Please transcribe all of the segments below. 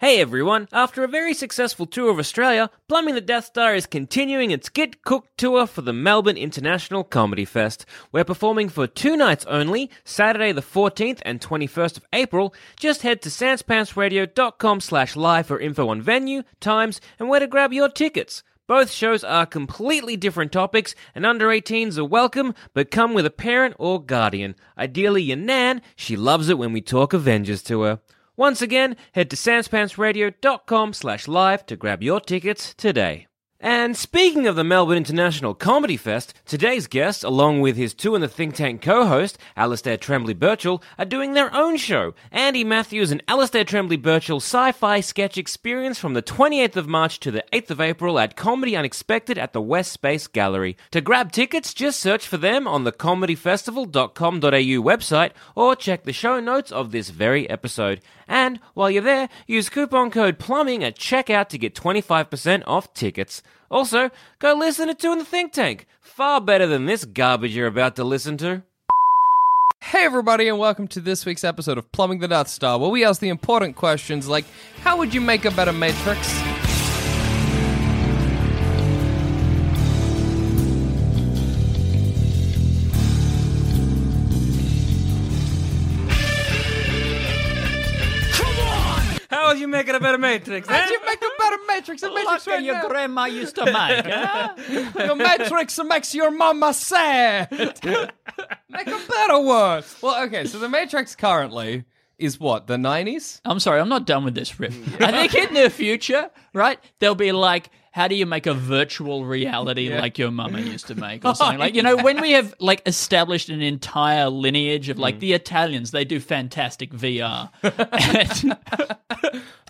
Hey everyone, after a very successful tour of Australia, Plumbing the Death Star is continuing its Get Cooked tour for the Melbourne International Comedy Fest. We're performing for two nights only, Saturday the 14th and 21st of April. Just head to sanspantsradio.com slash live for info on venue, times, and where to grab your tickets. Both shows are completely different topics, and under 18s are welcome, but come with a parent or guardian. Ideally, your nan, she loves it when we talk Avengers to her. Once again, head to sanspantsradio.com slash live to grab your tickets today. And speaking of the Melbourne International Comedy Fest, today's guest, along with his Two in the Think Tank co-host, Alastair Trembley Birchall, are doing their own show, Andy Matthews and Alastair Trembley Birchall Sci-Fi Sketch Experience from the 28th of March to the 8th of April at Comedy Unexpected at the West Space Gallery. To grab tickets, just search for them on the comedyfestival.com.au website or check the show notes of this very episode. And while you're there, use coupon code PLUMBING at checkout to get 25% off tickets. Also, go listen to Two in the Think Tank. Far better than this garbage you're about to listen to. Hey, everybody, and welcome to this week's episode of Plumbing the Death Star, where we ask the important questions like how would you make a better Matrix? How are you making a better Matrix? eh? How'd you make a better Matrix? A Matrix right your now. grandma used to make. huh? Your Matrix makes your mama sad. make a better one. Well, okay, so the Matrix currently is what, the 90s? Oh, I'm sorry, I'm not done with this rip. I think in the future, right, they'll be like, how do you make a virtual reality like your mama used to make or something? Like, you know, when we have like established an entire lineage of like the Italians, they do fantastic VR. And-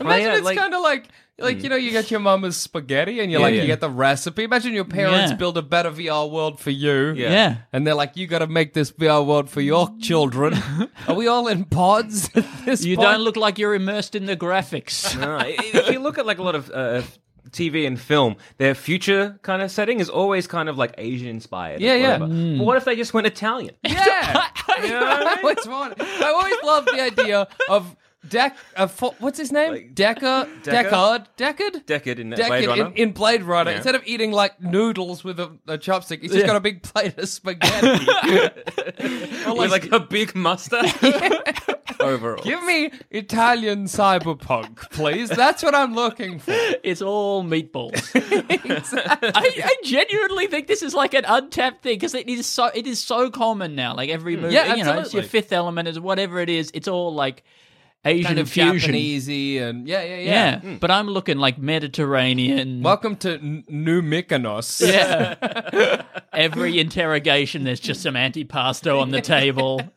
Imagine yeah, it's like- kind of like. Like you know, you get your mama's spaghetti, and you're like, yeah. you get the recipe. Imagine your parents Yeah. build a better VR world for you. Yeah. yeah. And they're like, you got to make this VR world for your children. Are we all in pods? at this You point? don't look like you're immersed in the graphics. No, if you look at like a lot of uh, TV and film, their future kind of setting is always kind of like Asian inspired. or Yeah, yeah. whatever. But what if they just went Italian? Yeah. I always want. I always love the idea of Dec. Of, fo- what's his name? Decker. Deckard. Deckard? Deckard. Deckard in that Deckard Blade Runner. in, in Blade Runner. Yeah. Instead of eating like noodles with a, a chopstick, he's just got a big plate of spaghetti. With like a big mustache overall. Give me Italian cyberpunk, please. That's what I'm looking for. It's all meatballs. I, I genuinely think this is like an untapped thing because it is so it is so common now. Like every movie, Hmm. Yeah, you know, it's your absolutely. Fifth Element, is whatever it is. It's all like Asian Kind of fusion. Japanesey and yeah, yeah, yeah. Yeah, but I'm looking like Mediterranean. Welcome to N- New Mykonos. Yeah. Every interrogation, there's just some antipasto on the table.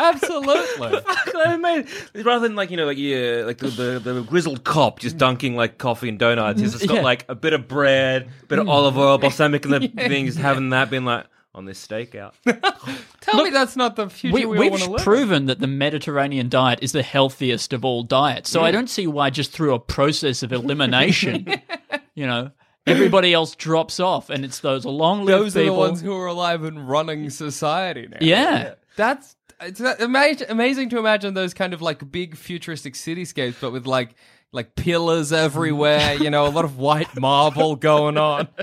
Absolutely. I mean, rather than like you know like yeah like the, the, the grizzled cop just dunking like coffee and donuts, it's just got Yeah. like a bit of bread, a bit of olive oil, balsamic, and the thing just having that being like on this stakeout. Tell me that's not the future We, we, all want we've to live. in. proven that the Mediterranean diet is the healthiest of all diets, so I don't see why just through a process of elimination, you know, everybody else drops off, and it's those long-lived Those are people. the ones who are alive and running society now. yeah. That's it's amazing, amazing to imagine those kind of like big futuristic cityscapes, but with like like pillars everywhere, you know, a lot of white marble going on.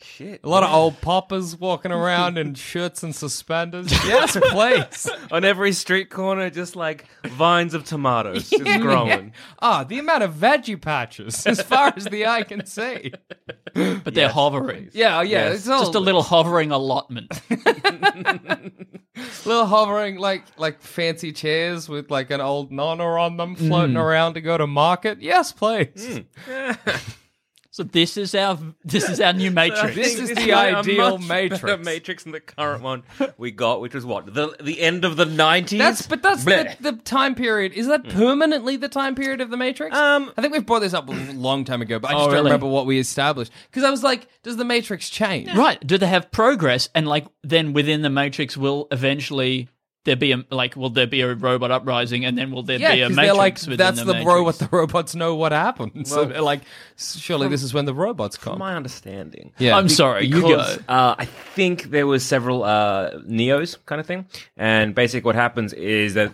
Shit. A lot of old poppers walking around in shirts and suspenders. Yes, please. On every street corner, just like vines of tomatoes just growing. Ah, the amount of veggie patches as far as the eye can see. but they're hovering. Yeah, yeah. Yes. It's all Just a little hovering allotment. little hovering like like fancy chairs with like an old nonna on them floating around to go to market. Yes, please. so this is our this is our new I matrix. This think is it's the a ideal much Matrix. better matrix than the current one we got, which was what the the end of the nineties. That's but that's the, the time period. Is that Hmm. permanently the time period of the Matrix? Um, I think we've brought this up a long time ago, but I just Oh, don't really? remember what we established. Because I was like, does the Matrix change? Right. Do they have progress? And like then within the Matrix will eventually there be a like will there be a robot uprising and then will there Yeah, be a because matrix they're like, within that's the, the, matrix? robot. The robots know what happened. So they're like, surely this is when the robots come. my understanding. yeah, I'm sorry, you because go. uh, I think there was several uh, Neos kind of thing, and basically what happens is that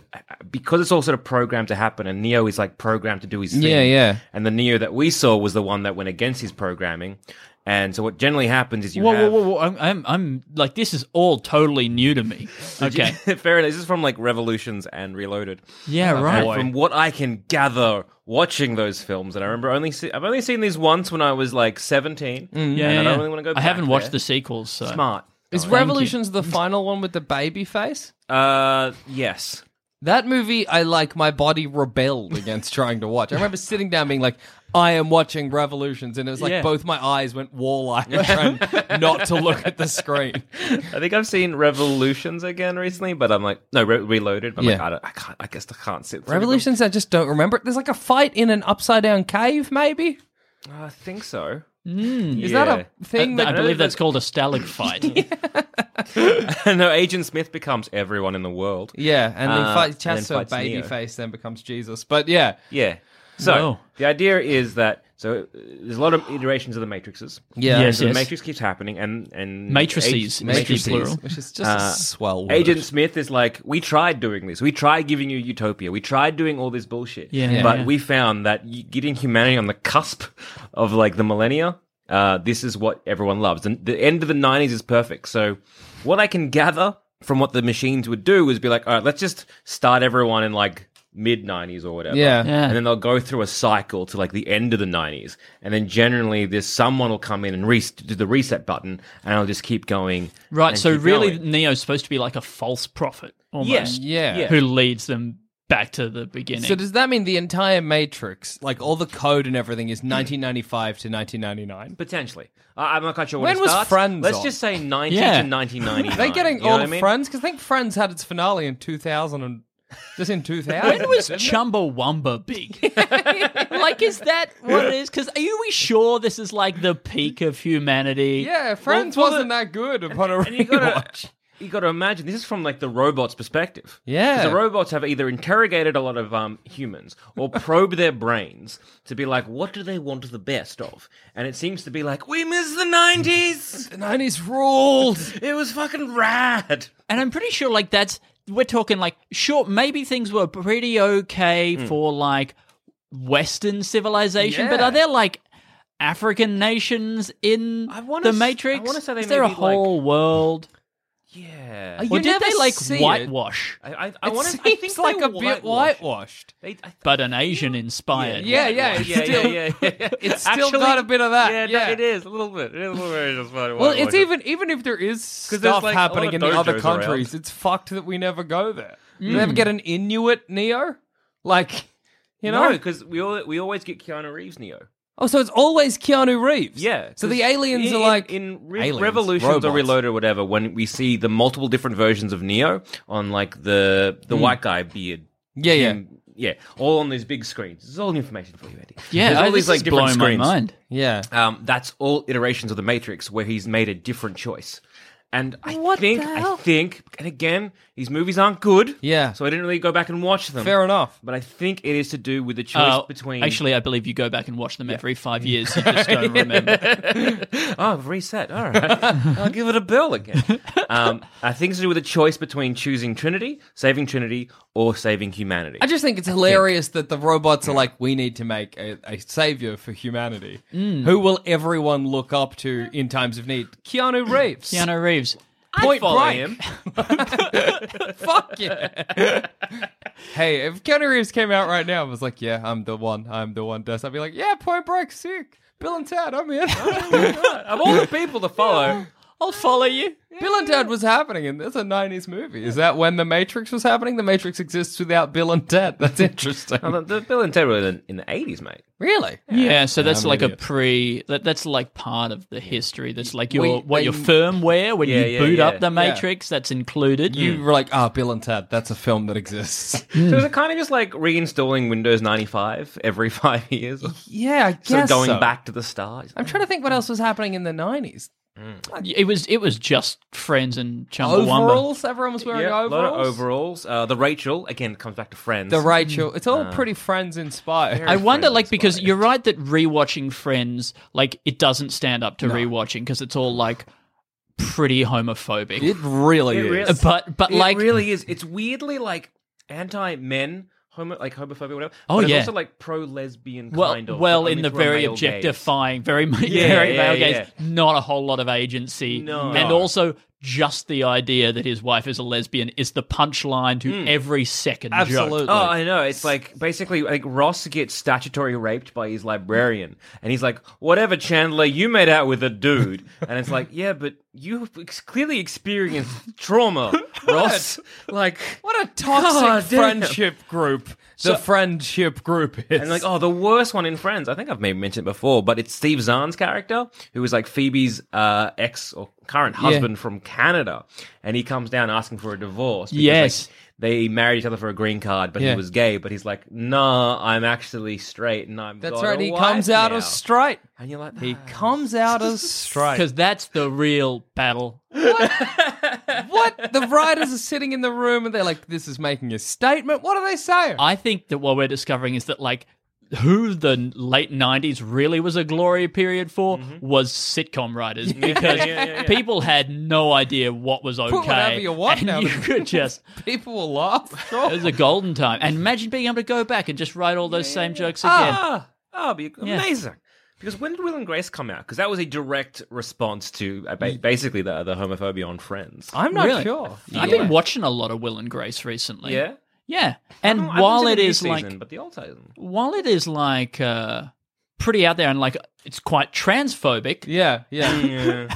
because it's all sort of programmed to happen, and Neo is like programmed to do his thing. Yeah, yeah. And the Neo that we saw was the one that went against his programming, and so what generally happens is you Whoa, whoa, have. whoa, whoa! I'm, I'm, I'm like this is all totally new to me. Okay, Fair enough. This is from like Revolutions and Reloaded. yeah, right. And from what I can gather watching those films, and I remember only see, I've only seen these once when I was like seventeen. Mm-hmm. yeah, and yeah. I don't really want to go. I back haven't watched there. the sequels. So. Smart. Is you. Revolutions the final one with the baby face? Uh, yes. That movie, I like, my body rebelled against trying to watch. I remember sitting down being like, I am watching Revolutions. And it was like Yeah. both my eyes went wall eyed trying not to look at the screen. I think I've seen Revolutions again recently, but I'm like, no, Re- Reloaded. I'm like, Yeah. I, don't, I can't. I guess I can't sit. through Revolutions, I just don't remember. There's like a fight in an upside down cave, maybe? them. I think so. Hmm. Is that a thing I that. believe that's called a stalagmite. a? no, Agent Smith becomes everyone in the world. yeah, and Uh, he fights and then Chester, fights Neo. Babyface, then becomes Jesus. But yeah. Yeah. So Wow. the idea is that so uh, there's a lot of iterations of the matrices. Yeah. Yes, So yes. the matrix keeps happening, and and Matrices, Ag- it must be Matrices, plural. Which is just Uh, a swell word. Agent Smith is like, we tried doing this. We tried giving you Utopia. We tried doing all this bullshit. Yeah, yeah, but yeah. we found that y- getting humanity on the cusp of like the millennia, uh, this is what everyone loves. And the end of the 90s is perfect. So, what I can gather from what the machines would do is be like, all right, let's just start everyone in like mid 90s or whatever. Yeah. Yeah. And then they'll go through a cycle to like the end of the 90s. And then generally, there's someone will come in and re- do the reset button and I'll just keep going. right. and So keep really, going. Neo's supposed to be like a false prophet, almost. Yeah. Who leads them back to the beginning? So does that mean the entire Matrix, like all the code and everything, is 1995 to 1999? Potentially. I I'm not quite sure when, When it was starts. Friends Let's on? just say 90 Yeah. to 1999. They're getting You know all what of Friends because I think Friends had its finale in 2000 and just in 2000. When was didn't it? Chumbawamba big? like, is that what it is? Because are you- we sure this is like the peak of humanity? Yeah, Friends well, the- wasn't that good upon a And you gotta, rewatch. you gotta imagine this is from like the robots' perspective. Yeah. 'Cause the robots have either interrogated a lot of um, humans or probed their brains to be like, what do they want the best of? And it seems to be like, we miss the nineties. The 90s ruled. It was fucking rad. And I'm pretty sure, like, that's we're talking like, sure, maybe things were pretty okay Hmm. for like Western civilization, but Yeah. are there like African nations in I wanna the s- I Matrix? wanna say they is there a may be, like- whole world? Yeah. You or did never they like see it. whitewash, I, I, I it want to. seems I think like they a bit whitewash. whitewashed. They, I, but an Asian inspired? Yeah, yeah, it's yeah, still, yeah, yeah, yeah. It's still got a bit of that. Yeah, Yeah, no, it is a little bit. It is a little bit just whitewash. Well, it's even even if there is there's, stuff like, a lot happening of in the other dojos around. Mm. countries, it's fucked that we never go there. You never get an Inuit Neo, like you know. no, because we all, we always get Keanu Reeves Neo. Oh, so it's always Keanu Reeves. Yeah. So 'cause the aliens in, are like in, in Re- aliens, Revolutions or robots. Reloaded or whatever. When we see the multiple different versions of Neo on like the the white guy beard. Yeah, yeah. him, yeah, all on these big screens. This is all information for you, Eddie. yeah. There's I, all these this like is blowing different my screens. mind. Yeah. Um, that's all iterations of the Matrix where he's made a different choice. And I think, I think, and again, these movies aren't good. Yeah. So I didn't really go back and watch them. Fair enough. But I think it is to do with the choice Uh, between. Actually, I believe you go back and watch them every five years. You just don't remember. Oh, I've reset. All right. I'll give it a bill again. Um, I think it's to do with a choice between choosing Trinity, saving Trinity, or saving humanity. I just think it's hilarious that the robots are like, we need to make a, a savior for humanity. Mm. Who will everyone look up to in times of need? Keanu Reeves. Keanu Reeves. Point follow him. blank. Fuck yeah. hey, if Keanu Reeves came out right now and was like, yeah, I'm the one, I'm the one, Des, I'd be like, yeah, Point Break, sick. Bill and Ted, I'm in. Oh Of all the people to follow, I'll follow you. Bill and Ted was happening, and that's a 90s movie. Is that when The Matrix was happening? The Matrix exists without Bill and Ted. That's interesting. Oh, the- the Bill and Ted were in, in the 80s, mate. really? Yeah, so that's I'm an like a idiot. pre. That, that's like part of the history. That's like your We- what they- your firmware when Yeah, you yeah, boot yeah. Mm. up the Matrix. That's included. You were like, ah, Bill and Ted, that's a film that exists. So is it kind of just like reinstalling Windows 95 every five years? Or yeah, I guess. so going so. back to the start? I'm trying to think what else was happening in the 90s. it was it was just friends and Chumbawamba. Overalls? Everyone was wearing Yeah, a lot overalls? of overalls. Uh, the Rachel, again, comes back to Friends. The Rachel. It's Uh, all pretty friends inspired. I wonder, like, because you're right that rewatching Friends, like, it doesn't stand up to rewatching because it's all like pretty homophobic. it really It really- is. but but it like, really is. It's weirdly like anti men, homo, like homophobia, whatever. Oh, but it's yeah. also like pro lesbian well, kind of. well, but in only the for a very male gaze. objectifying, very ma- Yeah, very yeah, male gaze, yeah. not a whole lot of agency, No. and also just the idea that his wife is a lesbian is the punchline to every second Absolutely. joke. Oh, I know. It's Hmm. like basically like Ross gets statutory raped by his librarian, and he's like, "Whatever, Chandler, you made out with a dude," and it's like, "Yeah, but you ex- clearly experienced trauma, Ross." like, what a God toxic damn. friendship group. The friendship group is. And like, oh, the worst one in Friends. I think I've maybe mentioned it before, but it's Steve Zahn's character, who is like Phoebe's uh, ex or current husband from Canada, and he comes down asking for a divorce. because, Yes. like, they married each other for a green card, but Yeah. he was gay. But he's like, nah, I'm actually straight, and I'm. That's right. He comes out now. as straight. and you're like, He "Ah." comes out as straight. because that's the real battle. What? The writers are sitting in the room and they're like, this is making a statement. What are they saying? I think that what we're discovering is that like who the n- late 90s really was a glory period for Mm-hmm. was sitcom writers because people had no idea what was okay whatever you want and now. you could just People will laugh. Sure. it was a golden time and imagine being able to go back and just write all those same jokes again Ah, oh, be Yeah. amazing. Because when did Will and Grace come out? Because that was a direct response to uh, ba- basically the the homophobia on Friends. I'm not Really? sure. I've been watching a lot of Will and Grace recently yeah. yeah and I haven't while seen it the new is like season, but the old season. while it is like uh pretty out there and like it's quite transphobic Yeah, yeah.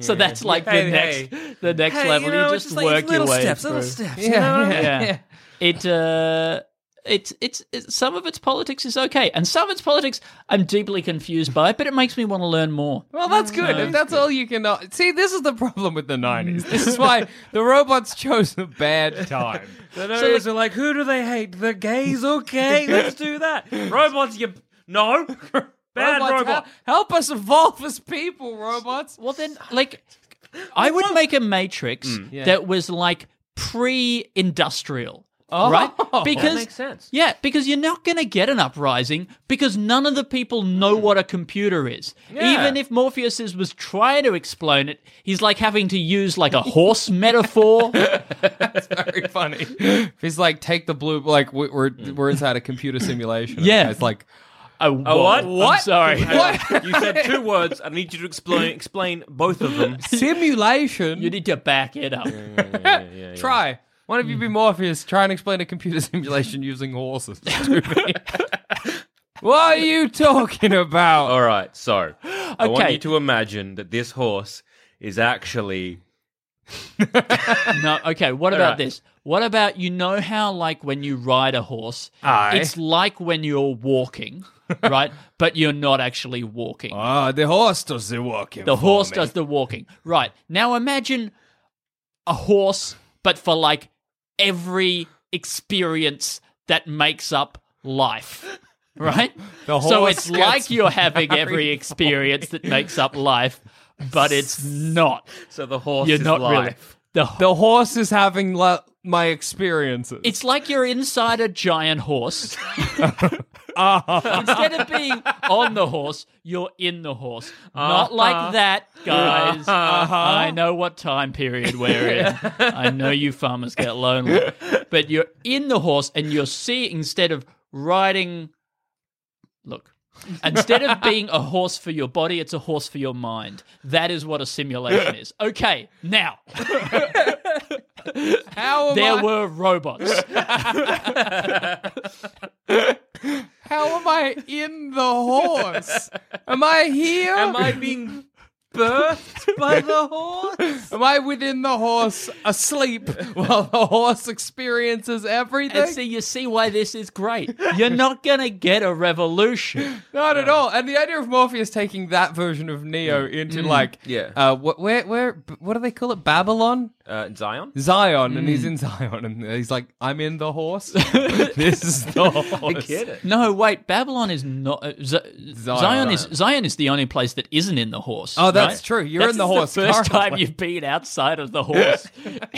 so that's like Hey, the next hey. the next level you, just, work your way through. steps. yeah. It uh it's, it's it's some of its politics is okay, and some of its politics I'm deeply confused by, but it makes me want to learn more. Well, that's good. if that's all you can uh, see, this is the problem with the '90s. This is why the robots chose a bad time. so are like, who do they hate? The gays? Okay, let's do that. Robots, you no bad robots, robot. hel- help us evolve as people, robots. Well, then, like, I would make a matrix that was like pre-industrial, right? Because Oh, makes sense. Yeah, because you're not going to get an uprising because none of the people know what a computer is. Even if Morpheus is, was trying to explain it, he's like having to use like a horse metaphor. Very funny. If he's like, take the blue. Like we- we're Mm. we're inside a computer simulation. Yeah. it's like A what? what? I'm What? sorry. what You said two words. I need you to explain explain both of them. simulation. You need to back it up. Try. Why don't you Mm. be Morpheus? Try and explain a computer simulation using horses to me. what are you talking about? All right, so I want Okay. you to imagine that this horse is actually No, okay, what about this? What about you know how like when you ride a horse, Aye. it's like when you're walking, right? but you're not actually walking. Ah, the horse does the walking. The for horse me. does the walking. Right. Now imagine a horse, but for like every experience that makes up life. Right? The so horse it's gets like you're having every experience that makes up life, but it's not. so the horse You're is not life. really. The, The horse is having la- my experiences. it's like you're inside a giant horse. Instead of being on the horse, you're in the horse. Not like that, guys. I know what time period we're in. I know you farmers get lonely. But you're in the horse and you're seeing, instead of riding. Look. Instead of being a horse for your body, it's a horse for your mind. That is what a simulation is. Okay, now how am there I, were robots. how am I in the horse? Am I here? Am I being birthed by the horse? Am I within the horse, asleep while the horse experiences everything? And see, you see why this is great. You're not going to get a revolution. Not at all. And the idea of Morpheus taking that version of Neo into like, Yeah. uh, what, where, where, b- what do they call it? Babylon, Uh, Zion? Zion, and he's in Zion, and he's like, I'm in the horse. this is the horse. it. No, wait. Babylon is not. Uh, Z- Zion, is Zion is the only place that isn't in the horse. Oh, that's right? true. You're That's in the horse. first time currently. you've been outside of the horse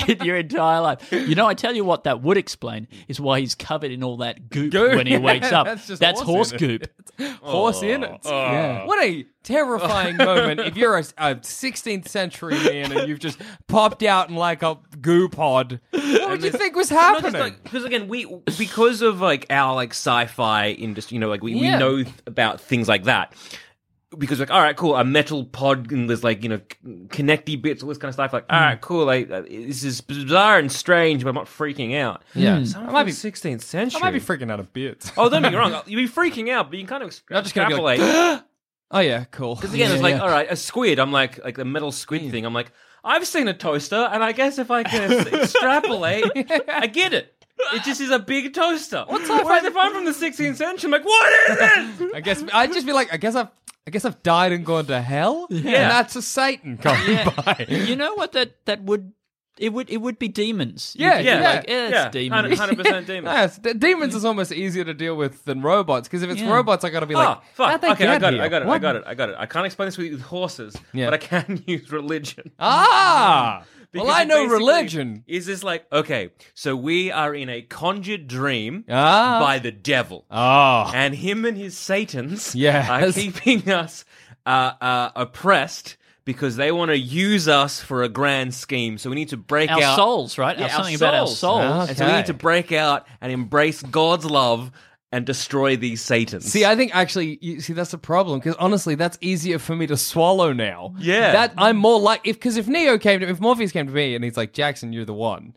in your entire life. You know, I tell you what, that would explain is why he's covered in all that goop, Goop. when he wakes up. That's just horse, horse in it. goop. horse in it. What a terrifying moment if you're a, a 16th century man and you've just popped out in like a goo pod. What would you think was happening? Because again, we because of like our like sci-fi industry, you know, like we, Yeah. we know th- about things like that. Because like, all right, cool, a metal pod and there's like you know c- connecty bits, all this kind of stuff. Like, Hmm. all right, cool, like uh, this is bizarre and strange, but I'm not freaking out. Yeah. I might be 16th century. I might be freaking out of bits. Oh, don't get me wrong. You'd be freaking out, but you can kind of ex- I'm just gonna be like, extrapolate. Oh yeah, cool. Because again, it's like, all right, a squid. I'm like, like the metal squid thing. I'm like, I've seen a toaster, and I guess if I can ex- extrapolate, I get it. It just is a big toaster. What's up? Whereas if I'm from the 16th century, I'm like, what is it? I guess I'd just be like, I guess I've, I guess I've died and gone to hell. Yeah, and that's a Satan coming by. You know what? That that would it would it would be demons. You Yeah, could be yeah, like, eh, it's demons. Hundred percent demons. Yes, d- demons is almost easier to deal with than robots because if it's Yeah. robots, I gotta be like, oh, fuck. "How'd they Okay, I get got it. here? I got it. I What?" got it. I got it. I can't explain this with, with horses, Yeah. but I can use religion. Ah, well, Because I it know basically religion. Is this like, okay, so we are in a conjured dream Ah. by the devil. Oh, and him and his satans Yes. are keeping us uh, uh, oppressed because they want to use us for a grand scheme. So we need to break Our out souls, right? Yeah, Our- something about our souls. And so we Okay. need to break out and embrace God's love and destroy these satans. see, I think actually, you, see, that's the problem because honestly, that's easier for me to swallow now. Yeah. that I'm more like if because if Neo came to if Morpheus came to me and he's like, Jackson, you're the one.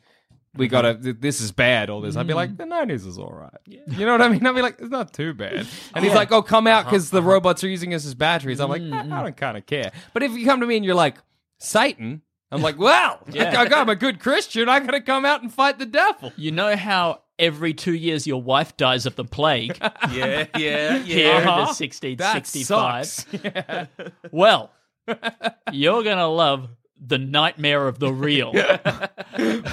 We gotta. th- This is bad. All this. I'd be like, the nineties is all right. You know what I mean? I'd be like, it's not too bad. And he's like, oh, come out because the robots are using us as batteries. I'm like, I, I don't kind of care. But if you come to me and you're like, Satan, I'm like, well, I, I'm a good Christian. I gotta come out and fight the devil. You know how every two years your wife dies of the plague yeah, yeah, here yeah. in Uh-huh. the That 1665? sucks. Well, you're going to love the nightmare of the real.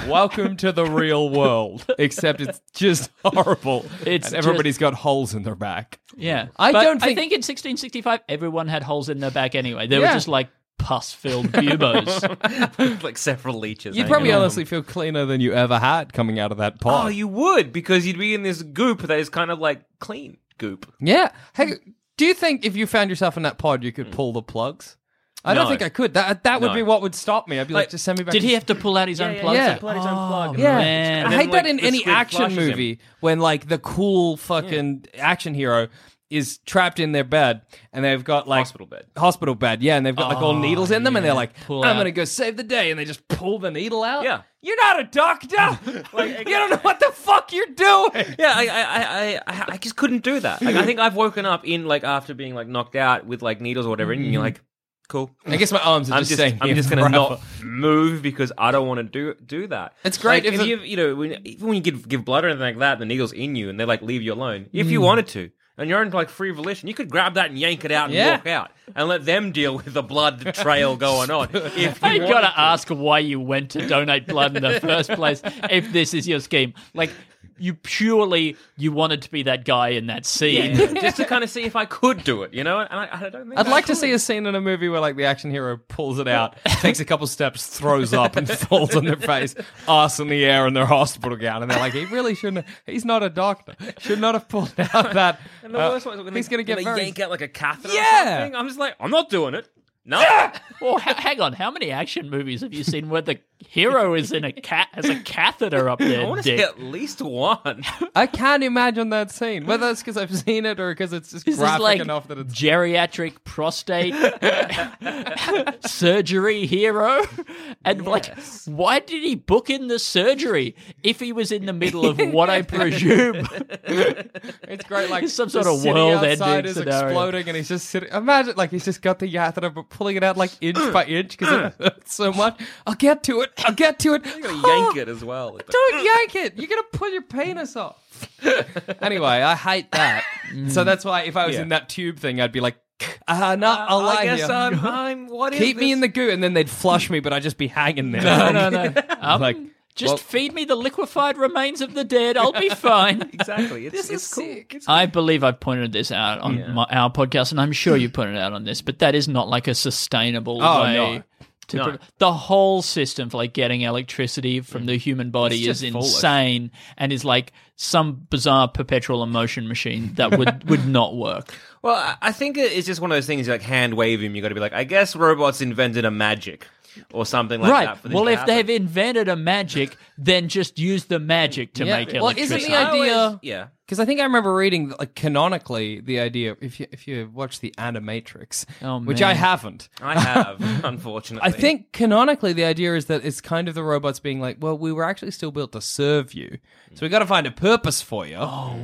Welcome to the real world. Except it's just horrible. It's and everybody's got holes in their back. Yeah. I But don't I think- think in 1665, everyone had holes in their back anyway. They Yeah. were just like pus filled buboes. like several leeches. You'd hanging probably on them. honestly feel cleaner than you ever had coming out of that pot. Oh, you would because you'd be in this goop that is kind of like clean goop. yeah. Hey, do you think if you found yourself in that pod, you could pull the plugs? I don't No. think I could. That that would No. be what would stop me. I'd be like, Like, just send me back. Did to he have to pull out his own plugs? yeah. Blood is unplugged. Yeah, Man. I And hate then, that like, in the any squid action flushes him. movie when like the cool fucking action hero is trapped in their bed and they've got like Hospital bed. Oh, hospital bed, yeah, and they've got like all needles in them, and they're like, Pull "I'm out. gonna go save the day," and they just pull the needle out. Yeah. you're not a doctor. like, you don't know what the fuck you're doing. Yeah, I, I, I, I, I just couldn't do that. Like, I think I've woken up in like after being like knocked out with like needles or whatever, and you're like, cool. I guess my arms are Mm-hmm. I'm just, just, saying. I'm just gonna not move because I don't want to do do that. It's great if Like, if, it- you you know when, even when you give give blood or anything like that, the needle's in you, and they like leave you alone. If Mm. you wanted to, and you're on like free volition, you could grab that and yank it out and Yeah. walk out and let them deal with the blood trail going on. If I you want, gotta ask why you went to donate blood in the first place if this is your scheme. Like, you purely you wanted to be that guy in that scene. just to kind of see if I could do it, you know? And I, I don't think I'd I like to could. see a scene in a movie where like the action hero pulls it out, takes a couple steps, throws up, and falls on their face, arse in the air in their hospital gown, and they're like, "He really shouldn't. Have, he's not a doctor. Should not have pulled out that." And the uh, worst one is when he's they, going to get when very. they yank out like a catheter. Yeah. Or something. I'm just like, I'm not doing it. No. Well, ha- hang on. How many action movies have you seen where the hero is in a cat has a catheter up I their want to see dick? at least one. I can't imagine that scene. Whether it's because I've seen it or because it's just This graphic is like enough that it's. geriatric prostate surgery hero, and Yes. like, why did he book in the surgery if he was in the middle of what I presume? It's great, like Some the sort of city world-ending outside is scenario. exploding, and he's just sitting. Imagine, like he's just got the yatheter, but pulling it out like inch by inch because it hurts so much. I'll get to it. I'll get to it. You're gonna yank it as well. Don't yank it. You're gonna pull your penis off. anyway, I hate that. Mm. so that's why if I was Yeah. in that tube thing, I'd be like, ah, no, I'll lie I guess here. I'm, I'm. What is Keep me this? in the goo, and then they'd flush me, but I'd just be hanging there. no, no. Um, like, just well- feed me the liquefied remains of the dead. I'll be fine. Exactly. It's, This it's is cool. sick. It's I believe I've pointed this out on my, our podcast, and I'm sure you pointed it out on this, but that is not like a sustainable Oh, way. no. To No. pro- the whole system for like getting electricity from the human body Mm. It's is just foolish. insane and is like some bizarre perpetual emotion machine that would, would not work. Well, I- I think it- it's just one of those things you like hand waving. You got to be like, I guess robots invented a magic or something like that. right. for this Well, to if happen. they've invented a magic, then just use the magic to Yeah. make Well, isn't the electricity. I always- idea- yeah. Because I think I remember reading, like canonically, the idea if you if you watch the Animatrix, Oh, which man. I haven't. I have, unfortunately. I think canonically the idea is that it's kind of the robots being like, well, we were actually still built to serve you, so we got to find a purpose for you.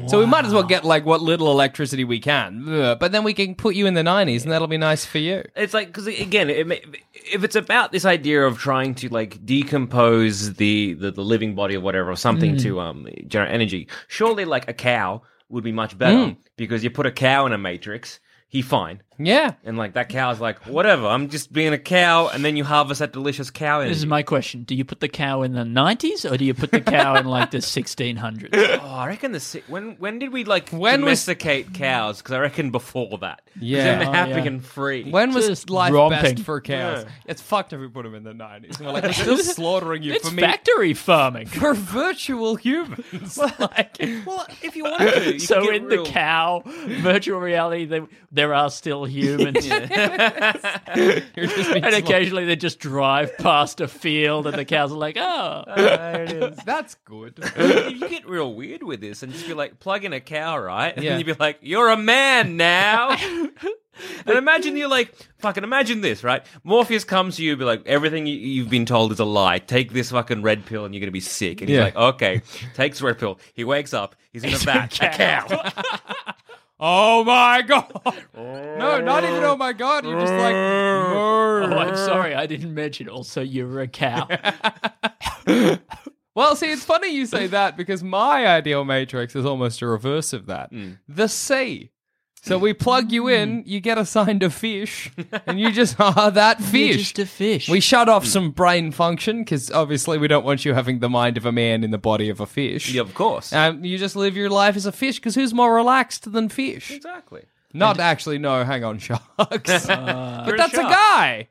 So we might as well get like what little electricity we can, Ugh, but then we can put you in the nineties, and that'll be nice for you. it's like because again, it, may- if it's about this idea of trying to like decompose the the, the living body or whatever or something Mm. to um generate energy, surely like a cow would be much better Mm. because you put a cow in a matrix, he fine. Yeah, And like that cow's like, whatever, I'm just being a cow, and then you harvest that delicious cow energy. This is my question. Do you put the cow in the 90s or do you put the cow in like the 1600s? Oh, I reckon the si- when when did we like When was- domesticate cows? Because I reckon before that, 'Cause Yeah. then Oh, they're happy yeah. and free. when was Just life romping. best for cows? It's fucked if we put them in the nineties. We're like, we're still slaughtering you It's for me. factory farming. for virtual humans, like well, if you wanted to, you So could get in real- the cow virtual reality, they, there are still humans, you're just being and slaughtered. occasionally they just drive past a field, and the cows are like, "Oh, That's good. you get real weird with this and just be like, plug in a cow, right? And Yeah. then you'd be like, you're a man now. and imagine you're like, fucking imagine this, right? Morpheus comes to you, be like, everything you, you've been told is a lie. Take this fucking red pill and you're going to be sick. And he's Yeah. like, okay. Takes red pill. He wakes up. He's in a vat. A cow. Oh my god! No, not even oh my god. You're just like, oh, I'm sorry, I didn't mention." Also, you're a cow. well, see, it's funny you say that because my ideal matrix is almost a reverse of that. Mm. The sea. So we plug you in, you get assigned a fish, and you just are that You're fish. just a fish. we shut Hmm. off some brain function because obviously we don't want you having the mind of a man in the body of a fish. yeah, of course. Um, you just live your life as a fish because who's more relaxed than fish? exactly. Not actually, no, hang on, sharks. Uh, but that's a shark. guy.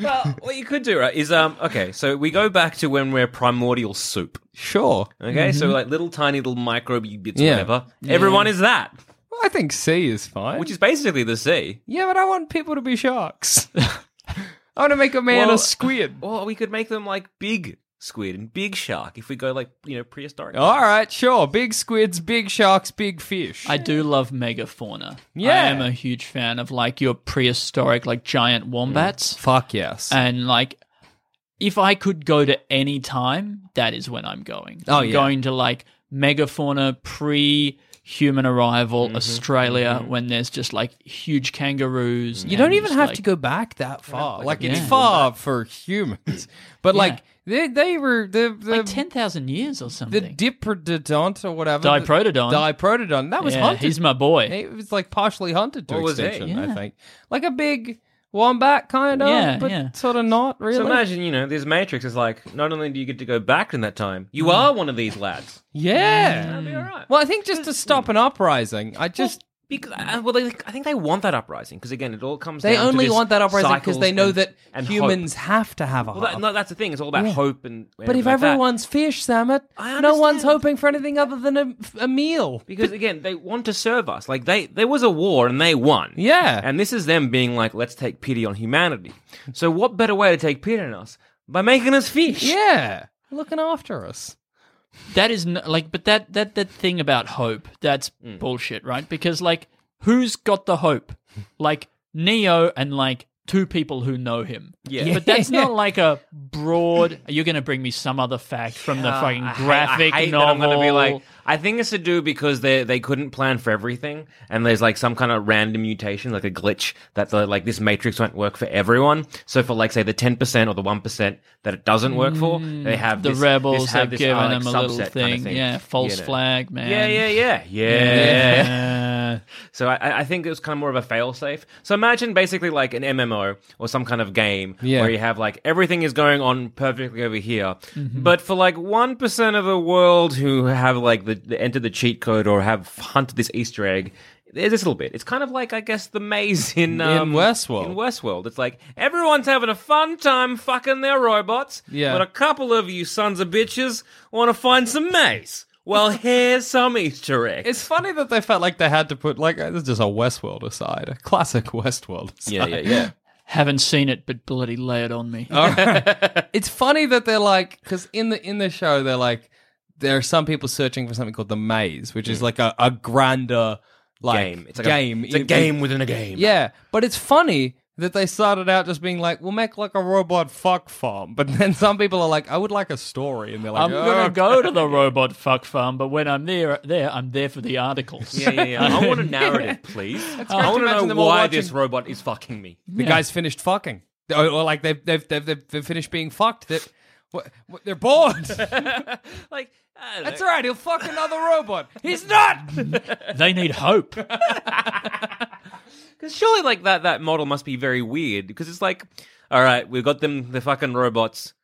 Well, what you could do, right, is, um, okay, so we go back to when we're primordial soup. Sure. Okay, so like little tiny little microbe bits, Yeah. whatever. Everyone is that, Well, I think C is fine. which is basically the sea. yeah, but I want people to be sharks. I want to make a man Well- a squid. Or we could make them like big squid and big shark if we go like you know prehistoric. All right, sure. Big squids, big sharks, big fish. I do love megafauna. I Yeah. am a huge fan of like your prehistoric, like giant wombats. Fuck yes. And like, if I could go to any time, that is when I'm going. Oh, I'm yeah. going to like megafauna pre human arrival Mm-hmm. Australia when there's just like huge kangaroos. you don't and even just, have like- to go back that far. Like, it's Yeah. far for humans. But, like, they, they were. The, the, like ten thousand years or the something. diprotodont or whatever. Diprotodon. The, diprotodon. That was yeah, hunted. he's my boy. It was like partially hunted to What was he? extinction, I think. Like a big, Wombat, kind of, Yeah, but yeah. sort of not really. So imagine, you know, this Matrix is like, not only do you get to go back in that time, you are one of these lads. yeah. That'd be all right. Well, I think just to stop an uprising, I just Because, uh, well, they, I think they want that uprising because again, it all comes. they down to only this want that uprising because cycles they know and- that and hope. humans have to have a Well, that, hope. no, that's the thing. It's all about Yeah. hope and. and but like if that. everyone's fish, Samet, I no one's understand. hoping for anything other than a, a meal. because again, they want to serve us. Like they, there was a war and they won. Yeah. And this is them being like, let's take pity on humanity. So what better way to take pity on us by making us fish? Yeah, looking after us. That is n like, but that that that thing about hope, that's Mm. bullshit, right? Because like, who's got the hope? Like Neo and like two people who know him. Yeah. But that's not like a broad. You're gonna bring me some other fact from the fucking Ah, I hate- graphic I hate that novel. I'm gonna be like, I think it's to do because they they couldn't plan for everything, and there's like some kind of random mutation, like a glitch that the, like this matrix won't work for everyone. So for like say the ten percent or the one percent that it doesn't work for, they have the this, rebels this, have have this, given uh, like, him a little subset thing. kind of thing. Yeah, false You know? flag, man. Yeah, yeah, yeah, yeah. Yeah. So I- I, I think it was kind of more of a fail-safe. So imagine basically like an MMO or some kind of game Yeah. where you have like everything is going on perfectly over here, but for like one percent of the world who have like the, the enter the cheat code or have hunted this Easter egg. There's this little bit. It's kind of like I guess the maze in um, Westworld. In Westworld, it's like everyone's having a fun time fucking their robots, Yeah. but a couple of you sons of bitches want to find some maze. Well, here's some Easter egg. It's funny that they felt like they had to put like uh, this is just a Westworld aside, a classic Westworld. Aside. yeah. Haven't seen it, but bloody lay it on me. Oh, It's funny that they're like because in the in the show they're like there are some people searching for something called the maze, which is like a, a grander like Hmm. game. It's like game. A, it's a in- game within a game. Yeah, but it's funny that they started out just being like, "We'll make like a robot fuck farm," but then some people are like, "I would like a story," and they're like, I'm "Oh, gonna go to the robot fuck farm, but when I'm there, there I'm there for the articles. Yeah, yeah, yeah. I want a narrative, please. I want great to to imagine know them all why watching- this robot is fucking me. The guy's finished fucking, or, or like they've they've, they've they've they've finished being fucked. That what, what, they're bored. Like, I don't That's know. all right. He'll fuck another robot. He's not. They need hope. Because surely, like that that model must be very weird. Because it's like, all right, we've got them, the fucking robots.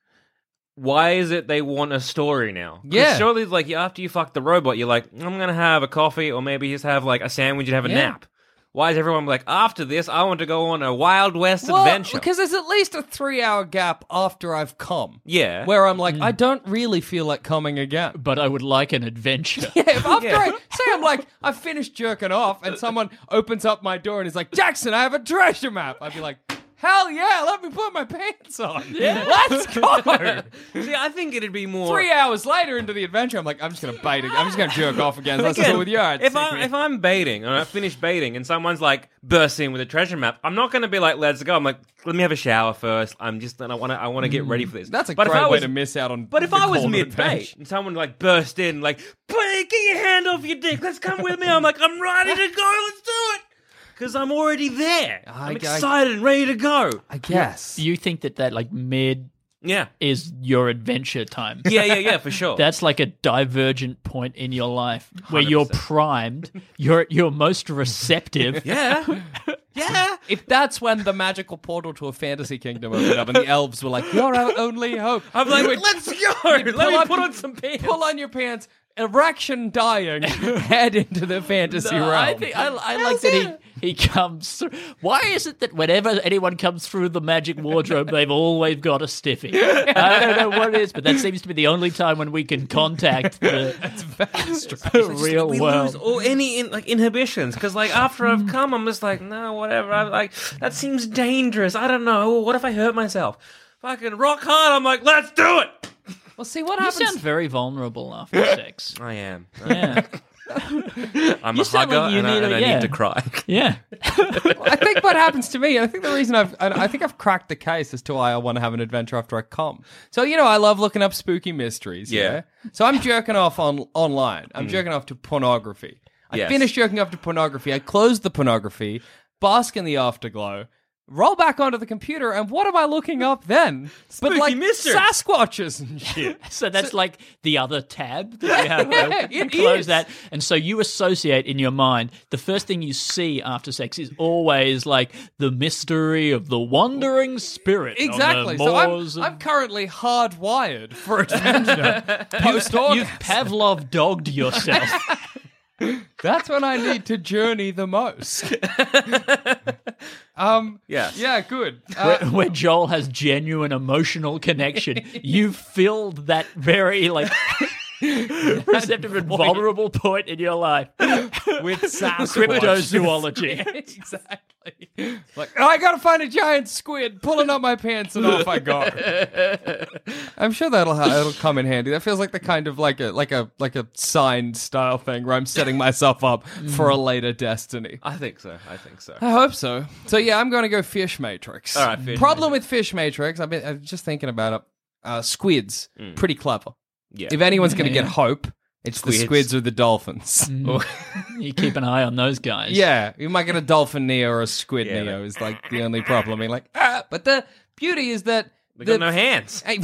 Why is it they want a story now? 'Cause Yeah. Surely, like you- after you fuck the robot, you're like, I'm gonna have a coffee, or maybe just have like a sandwich and have a Yeah. nap. Why is everyone like after this? I want to go on a Wild West adventure. because there's at least a three-hour gap after I've come. Yeah. Mm. where I'm like, I don't really feel like coming again. But I would like an adventure. If after I say I'm like I finished jerking off and someone opens up my door and is like Jackson, I have a treasure map. I'd be like, Hell yeah, let me put my pants on. Let's go. See, I think it'd be more Three hours later into the adventure, I'm like, I'm just gonna bait again. I'm just gonna jerk off again. That's Again, cool with you. All right, if see I'm me. if I'm baiting and I finish baiting and someone's like bursts in with a treasure map, I'm not going to be like, "Let's go." I'm like, "Let me have a shower first. I'm just and I want to I want to get ready for this." Mm. That's a but if great I way was- to miss out on. But if the I was golden mid bait adventure. and someone like burst in, like, "Buddy, get your hand off your dick. Let's come with me." I'm like, "I'm ready to go. Let's do it." Because I'm already there. I- I, am I- excited and ready to go. I guess. You think that that like mid Yeah. is your adventure time? Yeah, yeah, yeah, for sure. That's like a divergent point in your life where you are 100%. primed. You're you're most receptive. yeah. Yeah. if that's when the magical portal to a fantasy kingdom opened up and the elves were like, "You're our only hope," I'm like, "Let's go. Let me pull up- put on some pants." pull on your pants, erection dying, head into the fantasy No, realm. I think I, I like that he, he comes. through. Why is it that whenever anyone comes through the magic wardrobe, they've always got a stiffy? I don't know what it is, but that seems to be the only time when we can contact the, the real we lose world. all any in, like inhibitions because like after I've come, I'm just like no, whatever. I'm like that seems dangerous. I don't know. What if I hurt myself? Fucking rock hard. I'm like, let's do it. Well, see what You happens. sound very vulnerable after sex. I am. Yeah, I'm You a sound hugger like you and, I, need a- and I yeah. need to cry. yeah. I think what happens to me. I think the reason I've, I I think I've cracked the case as to why I want to have an adventure after I come. So you know, I love looking up spooky mysteries. Yeah. Yeah. Mm. So I'm jerking off on online. I'm jerking off to pornography. I Yes. finished jerking off to pornography. I closed the pornography. Bask in the afterglow. roll back onto the computer, and what am I looking up then? Spooky but like mystery. Sasquatches and shit. So that's like the other tab that you have. Yeah, open. it close is. that, and so you associate in your mind the first thing you see after sex is always like the mystery of the wandering spirit. on the E, Exactly. So I'm, moors of- I'm currently hardwired for adventure. Post You've Pavlov dogged yourself. That's when I need to journey the most. um. Yes. Yeah. Good. where, Uh, where Joel has genuine emotional connection. you filled that very like receptive and vulnerable point in your life. with Sasquatch. Cryptozoology. exactly. Like "Oh, I gotta find a giant squid, pulling up my pants, and off I go. I'm sure that'll ha- it'll come in handy. That feels like the kind of like a like a like a sign style thing where I'm setting myself up for a later Mm. destiny. I think so. I think so. I hope so. So yeah, I'm going to go Fish Matrix. All right, Fish Problem with Fish Matrix, I've been I'm just thinking about it. Uh, squids, pretty clever. Mm. Yeah. If anyone's going to get hope, it's Squids. the squids or the dolphins. you keep an eye on those guys. Yeah, you might get a dolphin Neo or a squid Yeah, Neo is like the only problem. Being like, ah, but the beauty is that They the got no hands. Hey,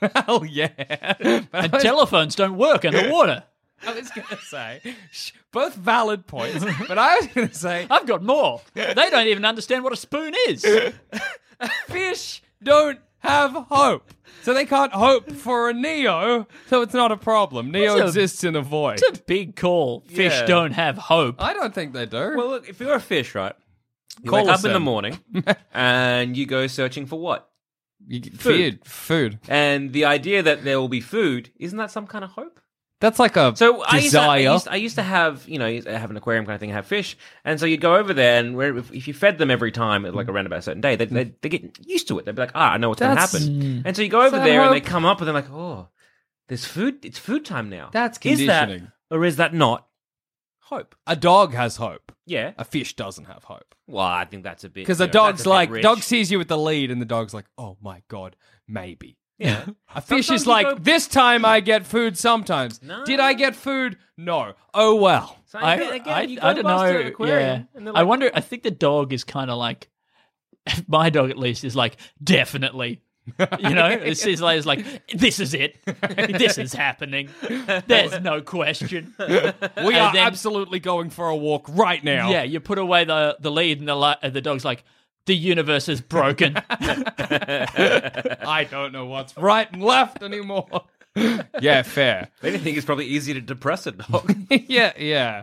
hell yeah! And telephones don't work underwater. I was gonna say sh- both valid points, but I was gonna say I've got more. They don't even understand what a spoon is. fish don't have hope, so they can't hope for a Neo, so it's not a problem. Neo That's a- exists in a void. It's a big call. Fish Yeah. don't have hope. I don't think they do. Well, look, if you're a fish, right? You Call wake up us in the then. morning and you go searching for what? you get feared food. And the idea that there will be food, isn't that some kind of hope? That's like a So I used, to, I, desire. used I used to have, you know, I used to have an aquarium kind of thing, have fish, and so you'd go over there, and where, if, if you fed them every time, at, like around about a certain day, they they they get used to it. They'd be like, ah, I know what's going to Mm. That's- happen. And so you go over that there, and they hope? come up, and they're like, oh, there's food. It's food time now. That's Is conditioning. that or is that not hope? a dog has hope. Yeah. A fish doesn't have hope. Well, I think that's a bit Because you the know, that's dog's a bit like, rich. dog sees you with the lead, and the dog's like, oh my god, maybe. Yeah. A fish Sometimes is you like, go- this time I get food sometimes. No. Did I get food? No. Oh well. So I, again, I, you go I don't past an know. yeah. aquarium, and they're I like, wonder. I think the dog is kind of like my dog, at least, is like definitely. You know, this is like, it's like this is it. This is happening. There's no question. We And are then- absolutely going for a walk right now. Yeah, you put away the the lead, and the li- uh, the dog's like, the universe is broken. I don't know what's right and left anymore. yeah, fair. If anything, it's probably easier to depress a dog. yeah, yeah.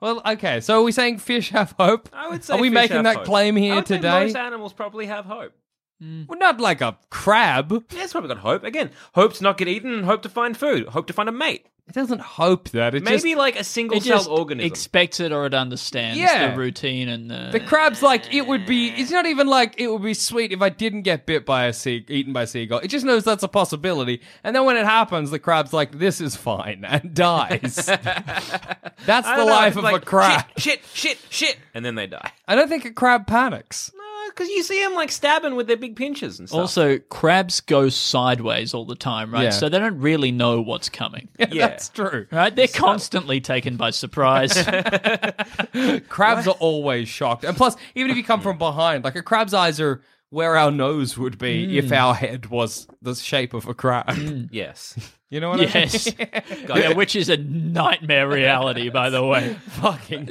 Well, okay. So are we saying fish have hope? I would say. Are we fish making have that hope. claim I here would say today? most animals probably have hope. well, not like a crab. Yeah, it's probably got hope. Again, hope to not get eaten and hope to find food, hope to find a mate. It doesn't hope that. It Maybe just, like a It single celled just organism. expects it or it understands Yeah. the routine and the. the crab's like it would be. It's not even like it would be sweet if I didn't get bit by a sea, eaten by a seagull. It just knows that's a possibility, and then when it happens, the crab's like, "This is fine," and dies. that's I the don't know, life it's of like, a crab. Shit, shit, shit, shit, and then they die. I don't think a crab panics. Because you see them like stabbing with their big pinches and stuff. Also, crabs go sideways all the time, right? Yeah. So they don't really know what's coming. yeah. That's true. Right? They're constantly taken by surprise. Crabs are always shocked. And plus, even if you come from behind, like a crab's eyes are where our nose would be Hmm. if our head was the shape of a crab. yes. You know what I mean? yes. Yeah, which is a nightmare reality, by the way. Fucking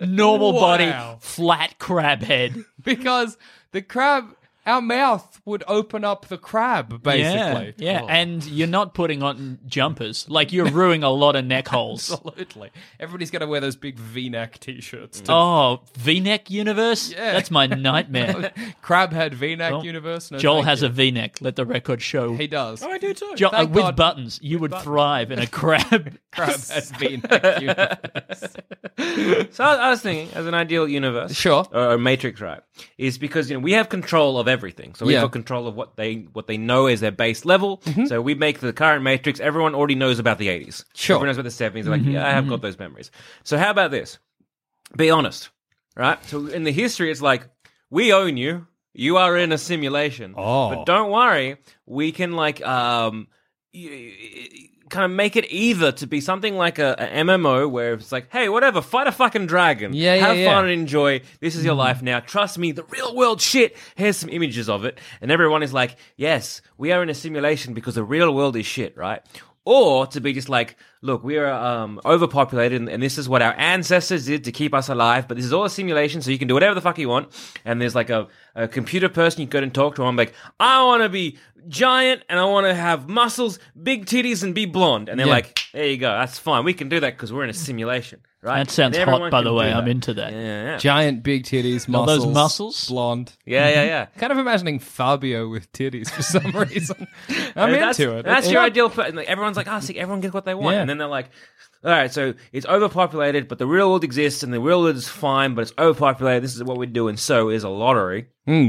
normal Wow. body, flat crab head. Because the crab, our mouth would open up the crab, basically. Oh. Yeah, yeah. and you're not putting on jumpers. Like you're ruining a lot of neck holes. Absolutely. Everybody's going to wear those big v neck t shirts. Oh, V-neck universe? That's my nightmare. Crab had v neck Well, universe. No, Joel thank has you. a V-neck. Let the record show. He does. I do too. Jo- uh, thank with God. buttons, you would thrive in a crab. Crab had v neck universe. So I I was thinking, as an ideal universe, Sure. or a matrix, right, is because you know we have control of everything. So we Yeah. Mm-hmm. have control of what they what they know is their base level. So we make the current matrix. Everyone already knows about the eighties. Sure. Mm-hmm. everyone knows about the seventies. Like, yeah, I have got those memories. So how about this? Be honest, right? So in the history, it's like we own you. You are in a simulation. Oh. but don't worry, we can like um kind of make it either to be something like a, a MMO where it's like, hey, whatever, fight a fucking dragon. Yeah, yeah, Have yeah. fun and enjoy. This is your life now. Trust me, the real world shit. Here's some images of it. And everyone is like, yes, we are in a simulation because the real world is shit, right? Or to be just like, look, we are um, overpopulated, and, and this is what our ancestors did to keep us alive. But this is all a simulation, so you can do whatever the fuck you want. And there's like a, a computer person you go and talk to. I'm like, I want to be giant, and I want to have muscles, big titties, and be blonde. And they're Yeah. like, there Mm-hmm. you go, that's fine. We can do that because we're in a simulation, right? That sounds And hot, everyone by can the do way. that. I'm into that. Yeah, yeah, yeah. Giant big titties, Are muscles. those muscles? Blonde. Yeah, yeah, yeah. Kind of imagining Fabio with titties for some reason. I'm And that's, into it. That's It's your not- ideal. Per- and, like, everyone's like, ah, see, everyone gets what they want, Yeah. and then they're like, all right, so it's overpopulated, but the real world exists, and the real world is fine, but it's overpopulated. This is what we do, and so is a lottery. Hmm.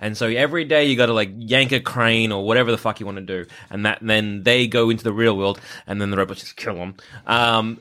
And so every day you got to like yank a crane or whatever the fuck you want to do, and that and then they go into the real world, and then the robots just kill them. Um,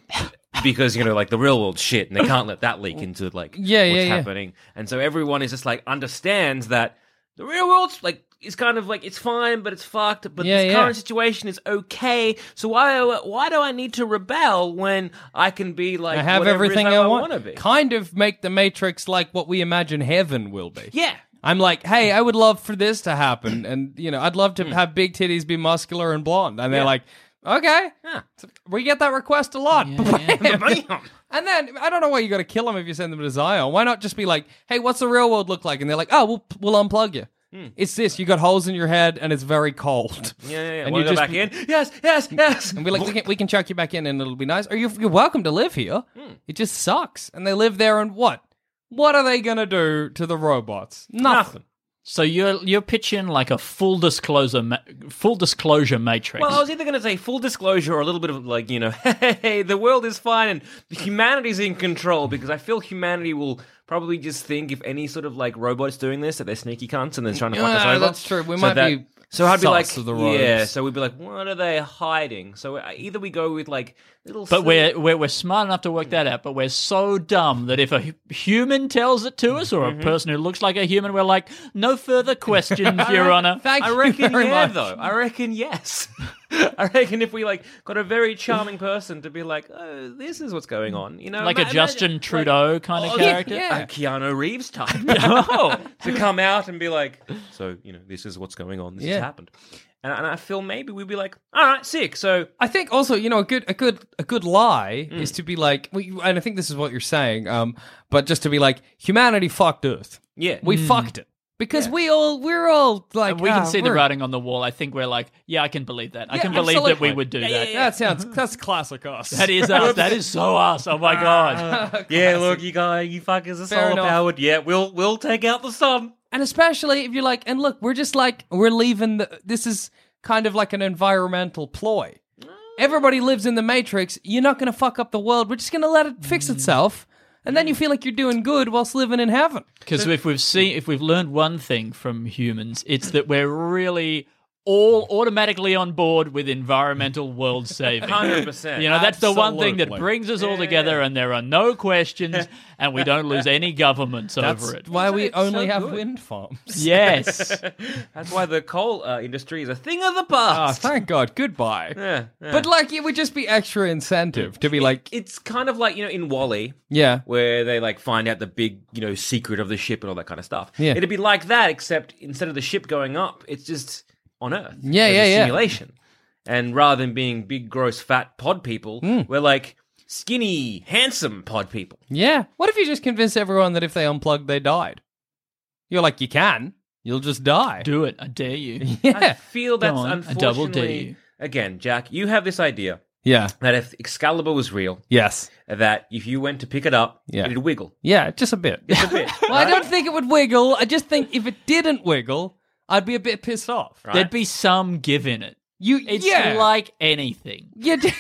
because you know, like the real world shit, and they can't let that leak into like Yeah, what's yeah, yeah. happening. And so everyone is just like understands that the real world's like is kind of like it's fine, but it's fucked. But Yeah, this yeah. current situation is okay. So why why do I need to rebel when I can be like I have whatever it is everything I, I want want. to be? Kind of make the Matrix like what we imagine heaven will be. yeah. I'm like, hey, I would love for this to happen, and you know, I'd love to have big titties, be muscular and blonde, and they're Yeah. like, okay, Yeah. we get that request a lot. Bam. And then I don't know why you got to kill them if you send them to Zion. Why not just be like, "Hey, what's the real world look like?" And they're like, "Oh, we'll we'll unplug you. It's this. You got holes in your head, and it's very cold." Yeah, yeah, yeah. And Wanna you go just back in? Yes, yes, yes. Hmm. And we're like, we can, we can chuck you back in, and it'll be nice. Or you, you're welcome to live here. It just sucks. And they live there, and what? What are they gonna do to the robots? Nothing. Nothing. So you're you're pitching like a full disclosure ma- full disclosure matrix. Well, I was either going to say full disclosure or a little bit of like, you know, hey, the world is fine and humanity's in control because I feel humanity will probably just think if any sort of like robots doing this that they're sneaky cunts and they're trying to fuck Yeah, us over. Ah, that's true. We So might that- be So I'd be sus like, of the yeah. robots. So we'd be like, what are they hiding? So uh, either we go with like little, But silly- we're, we're we're smart enough to work that out. But we're so dumb that if a hu- human tells it to us, or Mm-hmm. a person who looks like a human, we're like, no further questions, Your Honor. Thank I you reckon very yeah, much. though. I reckon yes. I reckon if we like got a very charming person to be like, oh, this is what's going on, you know, Like a ima- Justin like- Trudeau kind of Oh, yeah, character. yeah. a Keanu Reeves type, oh, to come out and be like, so you know, this is what's going on. This Yeah. has happened, and, and I feel maybe we'd be like, all right, sick. So I think also, you know, a good a good a good lie Mm. is to be like, well, you- and I think this is what you're saying, um, but just to be like, humanity fucked Earth. yeah, We fucked it because we all we're all like And we can ah, see the we're- writing on the wall. I think we're like, yeah, I can believe that. I Yeah, can believe that absolutely. we would do that. That sounds that's classic us. That is us. that is so us. Oh my god. yeah. Look, you guys, you fuckers are Fair solar enough. powered. Yeah, we'll we'll take out the sun. and especially if you're like, and look, we're just like we're leaving the. This is kind of like an environmental ploy. Ah. Everybody lives in the matrix. You're not going to fuck up the world. We're just going to let it fix itself, and Mm. then you feel like you're doing good whilst living in heaven. Because if we've seen, if we've learned one thing from humans, it's that we're really all automatically on board with environmental world saving. Hundred percent. You know, that's the one thing that Absolutely. brings us all together, and there are no questions, and we don't lose any governments over it. Why we Isn't it so only have good? wind farms? Yes. That's why the coal uh, industry is a thing of the Ah, past. thank God. Goodbye. Yeah, yeah. But like, it would just be extra incentive to be like, it's kind of like you know in Wally, yeah, where they like find out the big you know secret of the ship and all that kind of stuff. Yeah. it'd be like that, except instead of the ship going up, it's just on Earth. Yeah, There's yeah, a yeah. Simulation, and rather than being big, gross, fat pod people, Hmm. we're like skinny, handsome pod people. yeah. What if you just convince everyone that if they unplugged, they died? You're like, you can. You'll just die. Do it. I dare you. I yeah. feel that's on, a unfortunately double D. again, Jack. You have this idea Yeah. that if Excalibur was real, Yes. that if you went to pick it up, Yeah. it'd wiggle Yeah, just a bit. a bit. well, I don't think it would wiggle. I just think if it didn't wiggle, I'd be a bit pissed off. Right? There'd be some give in it. You, It's yeah. like anything. you, d-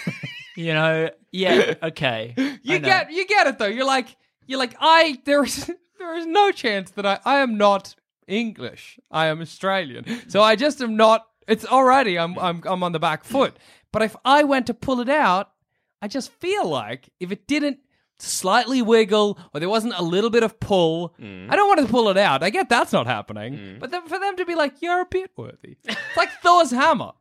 You know, yeah, okay. I you know. get you get it though. You're like you're like I there is there is no chance that I I am not English. I am Australian. So I just am not it's already I'm I'm I'm on the back foot. But if I went to pull it out, I just feel like if it didn't slightly wiggle or there wasn't a little bit of pull, Mm. I don't want to pull it out. I get that's not happening. But then for them to be like you're a bit worthy. It's like Thor's hammer.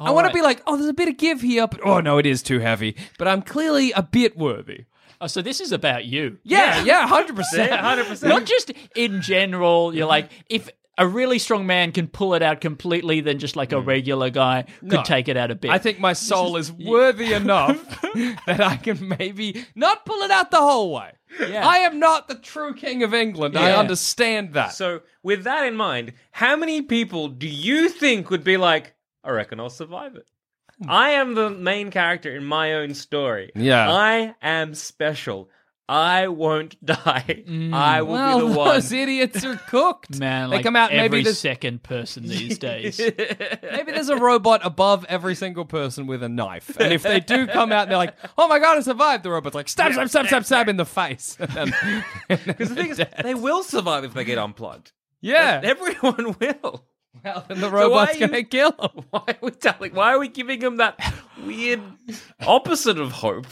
I want right. to be like, oh, there's a bit of give here, but oh no, it is too heavy. But I'm clearly a bit worthy. Oh, so this is about you. Yeah, yeah, hundred percent, hundred Not just in general, you're like, if a really strong man can pull it out completely, then just like a regular guy could Mm. No. take it out a bit. I think my soul is worthy enough that I can maybe not pull it out the whole way. Yeah. I am not the true king of England. I Yeah. understand that. So, with that in mind, how many people do you think would be like, I reckon I'll survive it? I am the main character in my own story. Hmm. Yeah. I am special. I won't die. I will Mm, well, be the one. those idiots are cooked. man, they like come out. every Maybe there's second person these days. maybe there's a robot above every single person with a knife, and if they do come out, they're like, "Oh my god, I survived!" The robot's like, "Stab, stab, stab, stab, stab in the face." And then- Because the thing is, they will survive if they get unplugged. yeah, Everyone will. well, and the why robot's are you- gonna kill them. Why are we telling? Why are we giving them that weird opposite of hope,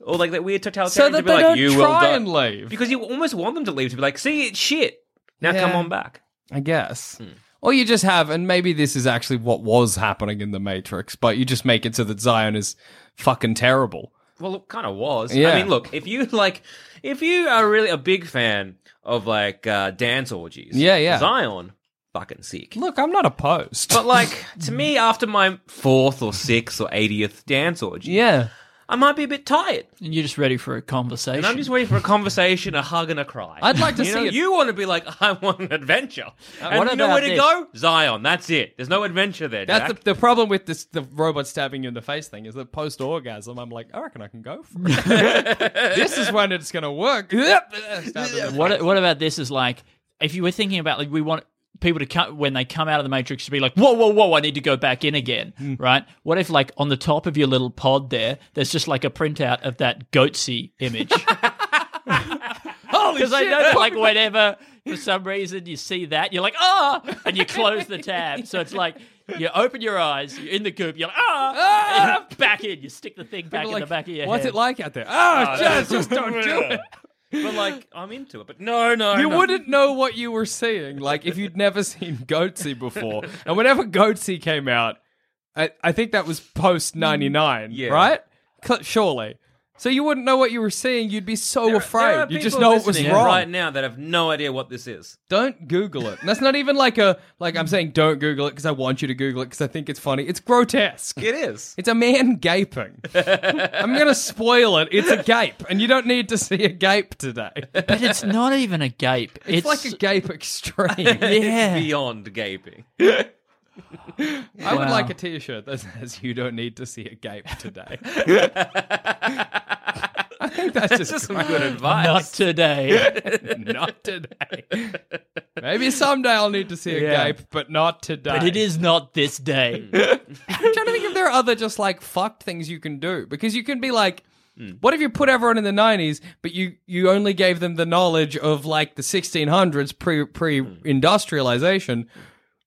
or like that weird totalitarian So that to be they like, don't you will try die. and leave. because you almost want them to leave to be like, see, it's shit. Now come Yeah. on back. I guess. Or you just have, and maybe this is actually what was happening in the Matrix, but you just make it so that Zion is fucking terrible. Well, it kind of was. I Yeah. mean, look, if you like, if you are really a big fan of like uh, dance orgies, Yeah, yeah. Zion, fucking sick. Look, I'm not opposed. But like, to me, after my fourth or sixth or eightieth dance orgy, yeah. I might be a bit tired, and you're just ready for a conversation. and I'm just waiting for a conversation, a hug, and a cry. I'd like to you see know, it- Uh, You want to be like, I want an adventure, and what you know where about to this? go? Zion. That's it. There's no adventure there. That's Jack. the, the problem with this the robot stabbing you in the face thing is that post orgasm I'm like I reckon I can go for it. this is when it's gonna work. Yep. Stab in the What What about this? Is like if you were thinking about like we want people to come when they come out of the matrix to be like whoa whoa whoa I need to go back in again, Hmm. right? What if like on the top of your little pod there, there's just like a printout of that goatsy image. Holy Because I know that, like, whenever for some reason you see that, you're like, ah, and you close the tab. So it's like you open your eyes, you're in the coop, you're like, ah, and back in. You stick the thing back in the back of your What's head. it like out there? Oh, just, just don't do it. But like, I'm into it. But no, no, You no. wouldn't know what you were seeing, like if you'd never seen Goatsy before. And whenever Goatsy came out, I, I think that was post ninety nine, Mm, Yeah. right? Cl- Surely. So you wouldn't know what you were seeing. You'd be so There are- there are afraid. You just people know it was listening wrong. right now that have no idea what this is. Don't Google it. And that's not even like a like I'm saying don't Google it because I want you to Google it because I think it's funny. It's grotesque. It is. It's a man gaping. I'm gonna spoil it. It's a gape, and you don't need to see a gape today. It's, But it's not even a gape. It's, like a gape extreme. yeah. Beyond gaping. I would Wow. like a T-shirt that says "You don't need to see a gape today." I think that's just, That's some great. good advice. Not today. not today. Maybe someday I'll need to see a Yeah. gape, but not today. but it is not this day. Hmm. I'm trying to think if there are other just like fucked things you can do because you can be like, Hmm. what if you put everyone in the '90s, but you you only gave them the knowledge of like the 1600s pre pre industrialization,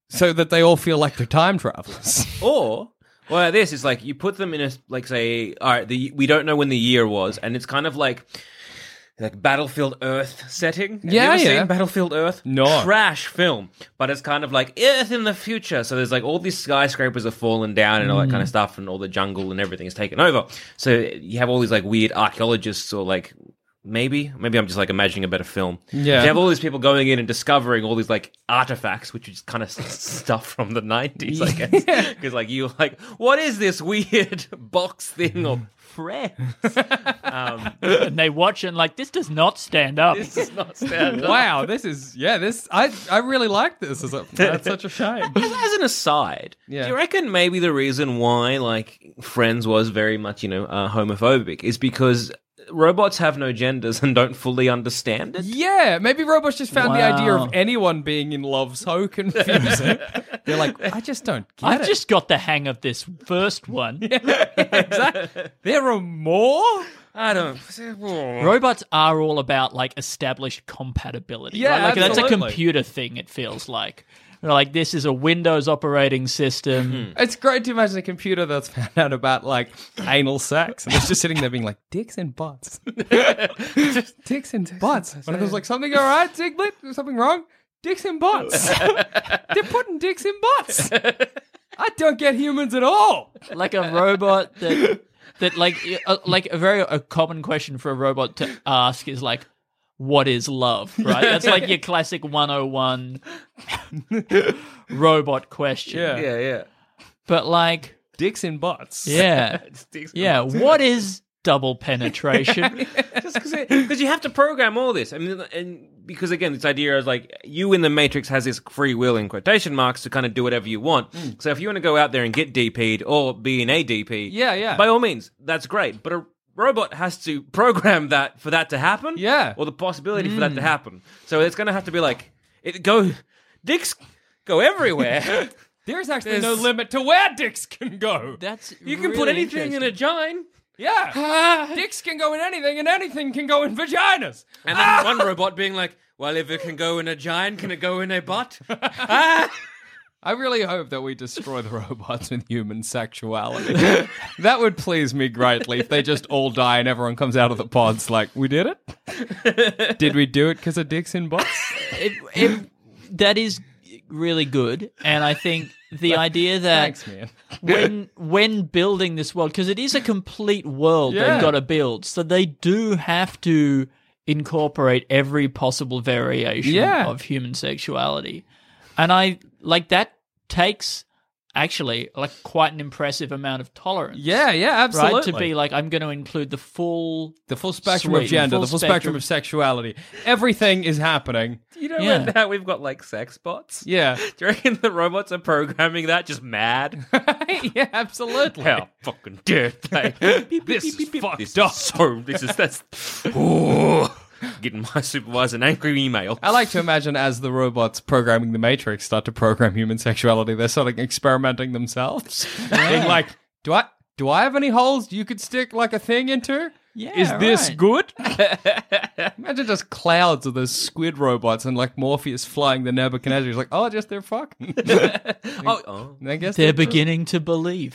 so that they all feel like they're time travelers. Or well, this is like you put them in a like say, all right, the we don't know when the year was, and it's kind of like like Battlefield Earth setting. Have Yeah, you ever yeah. seen Battlefield Earth. No. trash film, but it's kind of like Earth in the future. So there's like all these skyscrapers are falling down and all that kind Mm. of stuff, and all the jungle and everything is taken over. So you have all these like weird archaeologists or like. Maybe, maybe I'm just like imagining a better film. Yeah. you have all these people going in and discovering all these like artifacts, which is kind of stuff from the '90s, I guess. Because like you like, what is this weird box thing of friends? um, and they watch and like, this does not stand up. this is not standard. wow, this is yeah. This I I really like this. It's a- That's such a shame. As an aside, Yeah. do you reckon maybe the reason why like Friends was very much you know uh, homophobic is because robots have no genders and don't fully understand it? Yeah, maybe robots just found the idea Wow. of anyone being in love so confusing. They're like, I just don't get I've it. just got the hang of this first one. There are more. I don't. Robots are all about like established compatibility. Yeah, right? like that's a absolutely. computer thing. It feels like They're like this is a Windows operating system. It's great to imagine a computer that's found out about like anal sex and it's just sitting there being like dicks and butts, dicks and butts. One of them's like something all right, Zigblit, Is something wrong, dicks and butts. They're putting dicks in butts. I don't get humans at all. like a robot that that like uh, like a very a common question for a robot to ask is like what is love right that's like your classic 101 robot question Yeah. Yeah, yeah. but like Dicks in butts. yeah dicks and yeah what is double penetration just because you have to program all this. I mean, and because again, this idea is like you in the Matrix has this free will in quotation marks to kind of do whatever you want. Mm. So if you want to go out there and get DP'd or be an ADP, Yeah, yeah. by all means, that's great. But a robot has to program that for that to happen, Yeah. Mm. or the possibility for that to happen. So it's going to have to be like it go dicks go everywhere. There's actually no limit to where dicks can go. that's you can put anything in a gine. Yeah. Dicks can go in anything, and anything can go in vaginas. And then one robot being like, "Well, if it can go in a gine, can it go in a butt?" Ah! I really hope that we destroy the robots with human sexuality. that would please me greatly if they just all die and everyone comes out of the pods like, we did it? did we do it because of dicks in bots? it, it, that is really good and i think the idea that Thanks, man. when when building this world because it is a complete world Yeah. they've got to build so they do have to incorporate every possible variation Yeah. of human sexuality and i like that takes actually like quite an impressive amount of tolerance Yeah, yeah, right absolutely. to be like i'm going to include the full the full spectrum Sweet. of gender, Full the full spectrum. spectrum of sexuality. Everything is happening. You know Yeah. when now we've got like sex bots? Yeah. Do you reckon the robots are programming that just mad? yeah, absolutely. How fucking dare they? this is fucked up. so this is that's Ooh. getting my supervisor an angry email. I like to imagine as the robots programming the Matrix start to program human sexuality, they're sort of experimenting themselves. Being like, do I do I have any holes you could stick like a thing into? Yeah, is this right. good? Imagine just clouds of those squid robots and like Morpheus flying the Nebuchadnezzar. He's like, oh, just they're fucking. Oh, oh. I guess They're true. beginning to believe.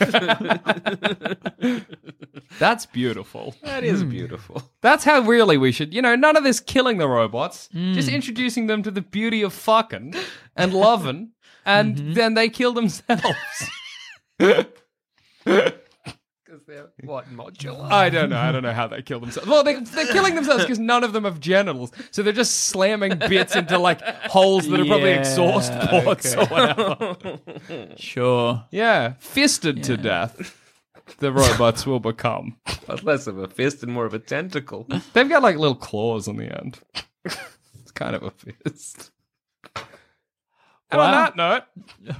That's beautiful. that is beautiful. That's how really we should, you know, none of this killing the robots, just introducing them to the beauty of fucking and loving, and then they kill themselves. What modular? I don't know. I don't know how they kill themselves. Well, they, they're killing themselves because none of them have genitals, so they're just slamming bits into like holes that are probably Yeah, exhaust ports or whatever. sure. Yeah, fisted to death. The robots will become. But less of a fist and more of a tentacle. They've got like little claws on the end. It's kind of a fist. And Wow. on that note,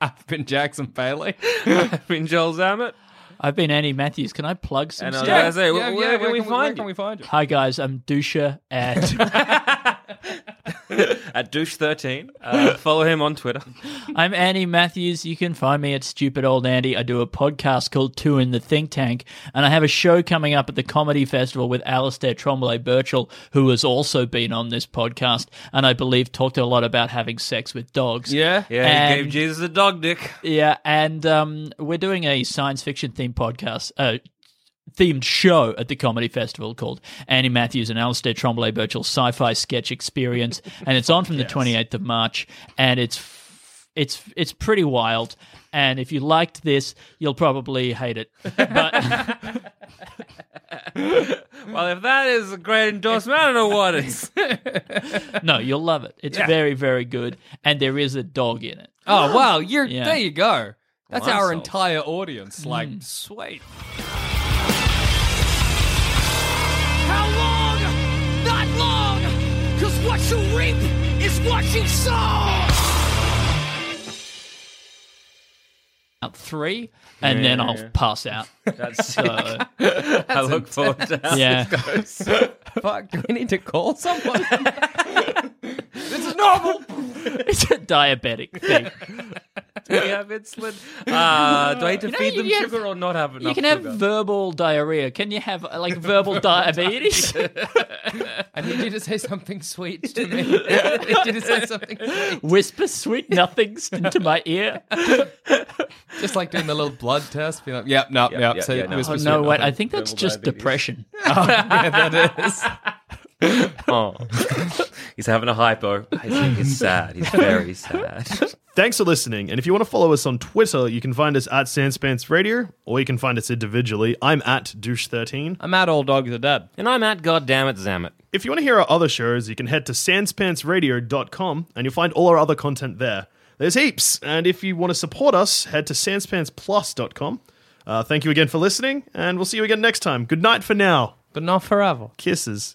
I've been Jackson Bailey. I've been Joel Zammett. I've been Andy Matthews. Can I plug some uh, And I stuff? was gonna say, where, where where can we can where find can we you? find you? Hi guys, I'm Dusha at At douche13. Uh, follow him on Twitter. I'm Andy Matthews. You can find me at Stupid Old Andy. I do a podcast called Two in the Think Tank, and I have a show coming up at the Comedy Festival with Alistair Trombley Birchall, who has also been on this podcast, and I believe talked a lot about having sex with dogs. Yeah. Yeah, And- he gave Jesus a dog dick. Yeah, and um, we're doing a science fiction themed podcast, uh, themed show at the comedy festival called Annie Matthews and Alistair Tremblay Birchall Sci-Fi Sketch Experience, and it's on from the 28th of March, and it's f- it's it's pretty wild. And if you liked this, you'll probably hate it. But Well, if that is a great endorsement, I don't know what is. no, you'll love it. It's very very good, and there is a dog in it. Oh wow, you're Yeah. there you go. That's Well, I'm our sold. entire audience. Like sweet. How long? Not long! Cause what you reap is what you sow! About three, and then I'll pass out. That's So I look forward to that. yeah. Fuck, do we need to call someone? this is normal. It's a diabetic thing. Do we have insulin? Uh, do I need to You know, feed them you have- sugar or not have enough You can have sugar? verbal diarrhea. Can you have uh, like verbal diabetes? I need you to say something sweet to me. I need you to say something sweet. Whisper sweet nothings into my ear. Just like doing the little blood test, being like, yep, no, yep, yeah, say yeah, no. whisper Oh sweet no, wait. nothing. I think that's Verbal just diabetes. depression. Oh. He's having a hypo. I think he's sad. He's very sad. Thanks for listening. And if you want to follow us on Twitter, you can find us at Sanspants Radio, or you can find us individually. I'm at Douche13. I'm at all dogs are dead. And I'm at goddammit Zammit. If you want to hear our other shows, you can head to sanspantsradio.com and you'll find all our other content there. There's heaps. And if you want to support us, head to sanspantsplus.com. Uh, thank you again for listening, and we'll see you again next time. Good night for now. But not forever. Kisses.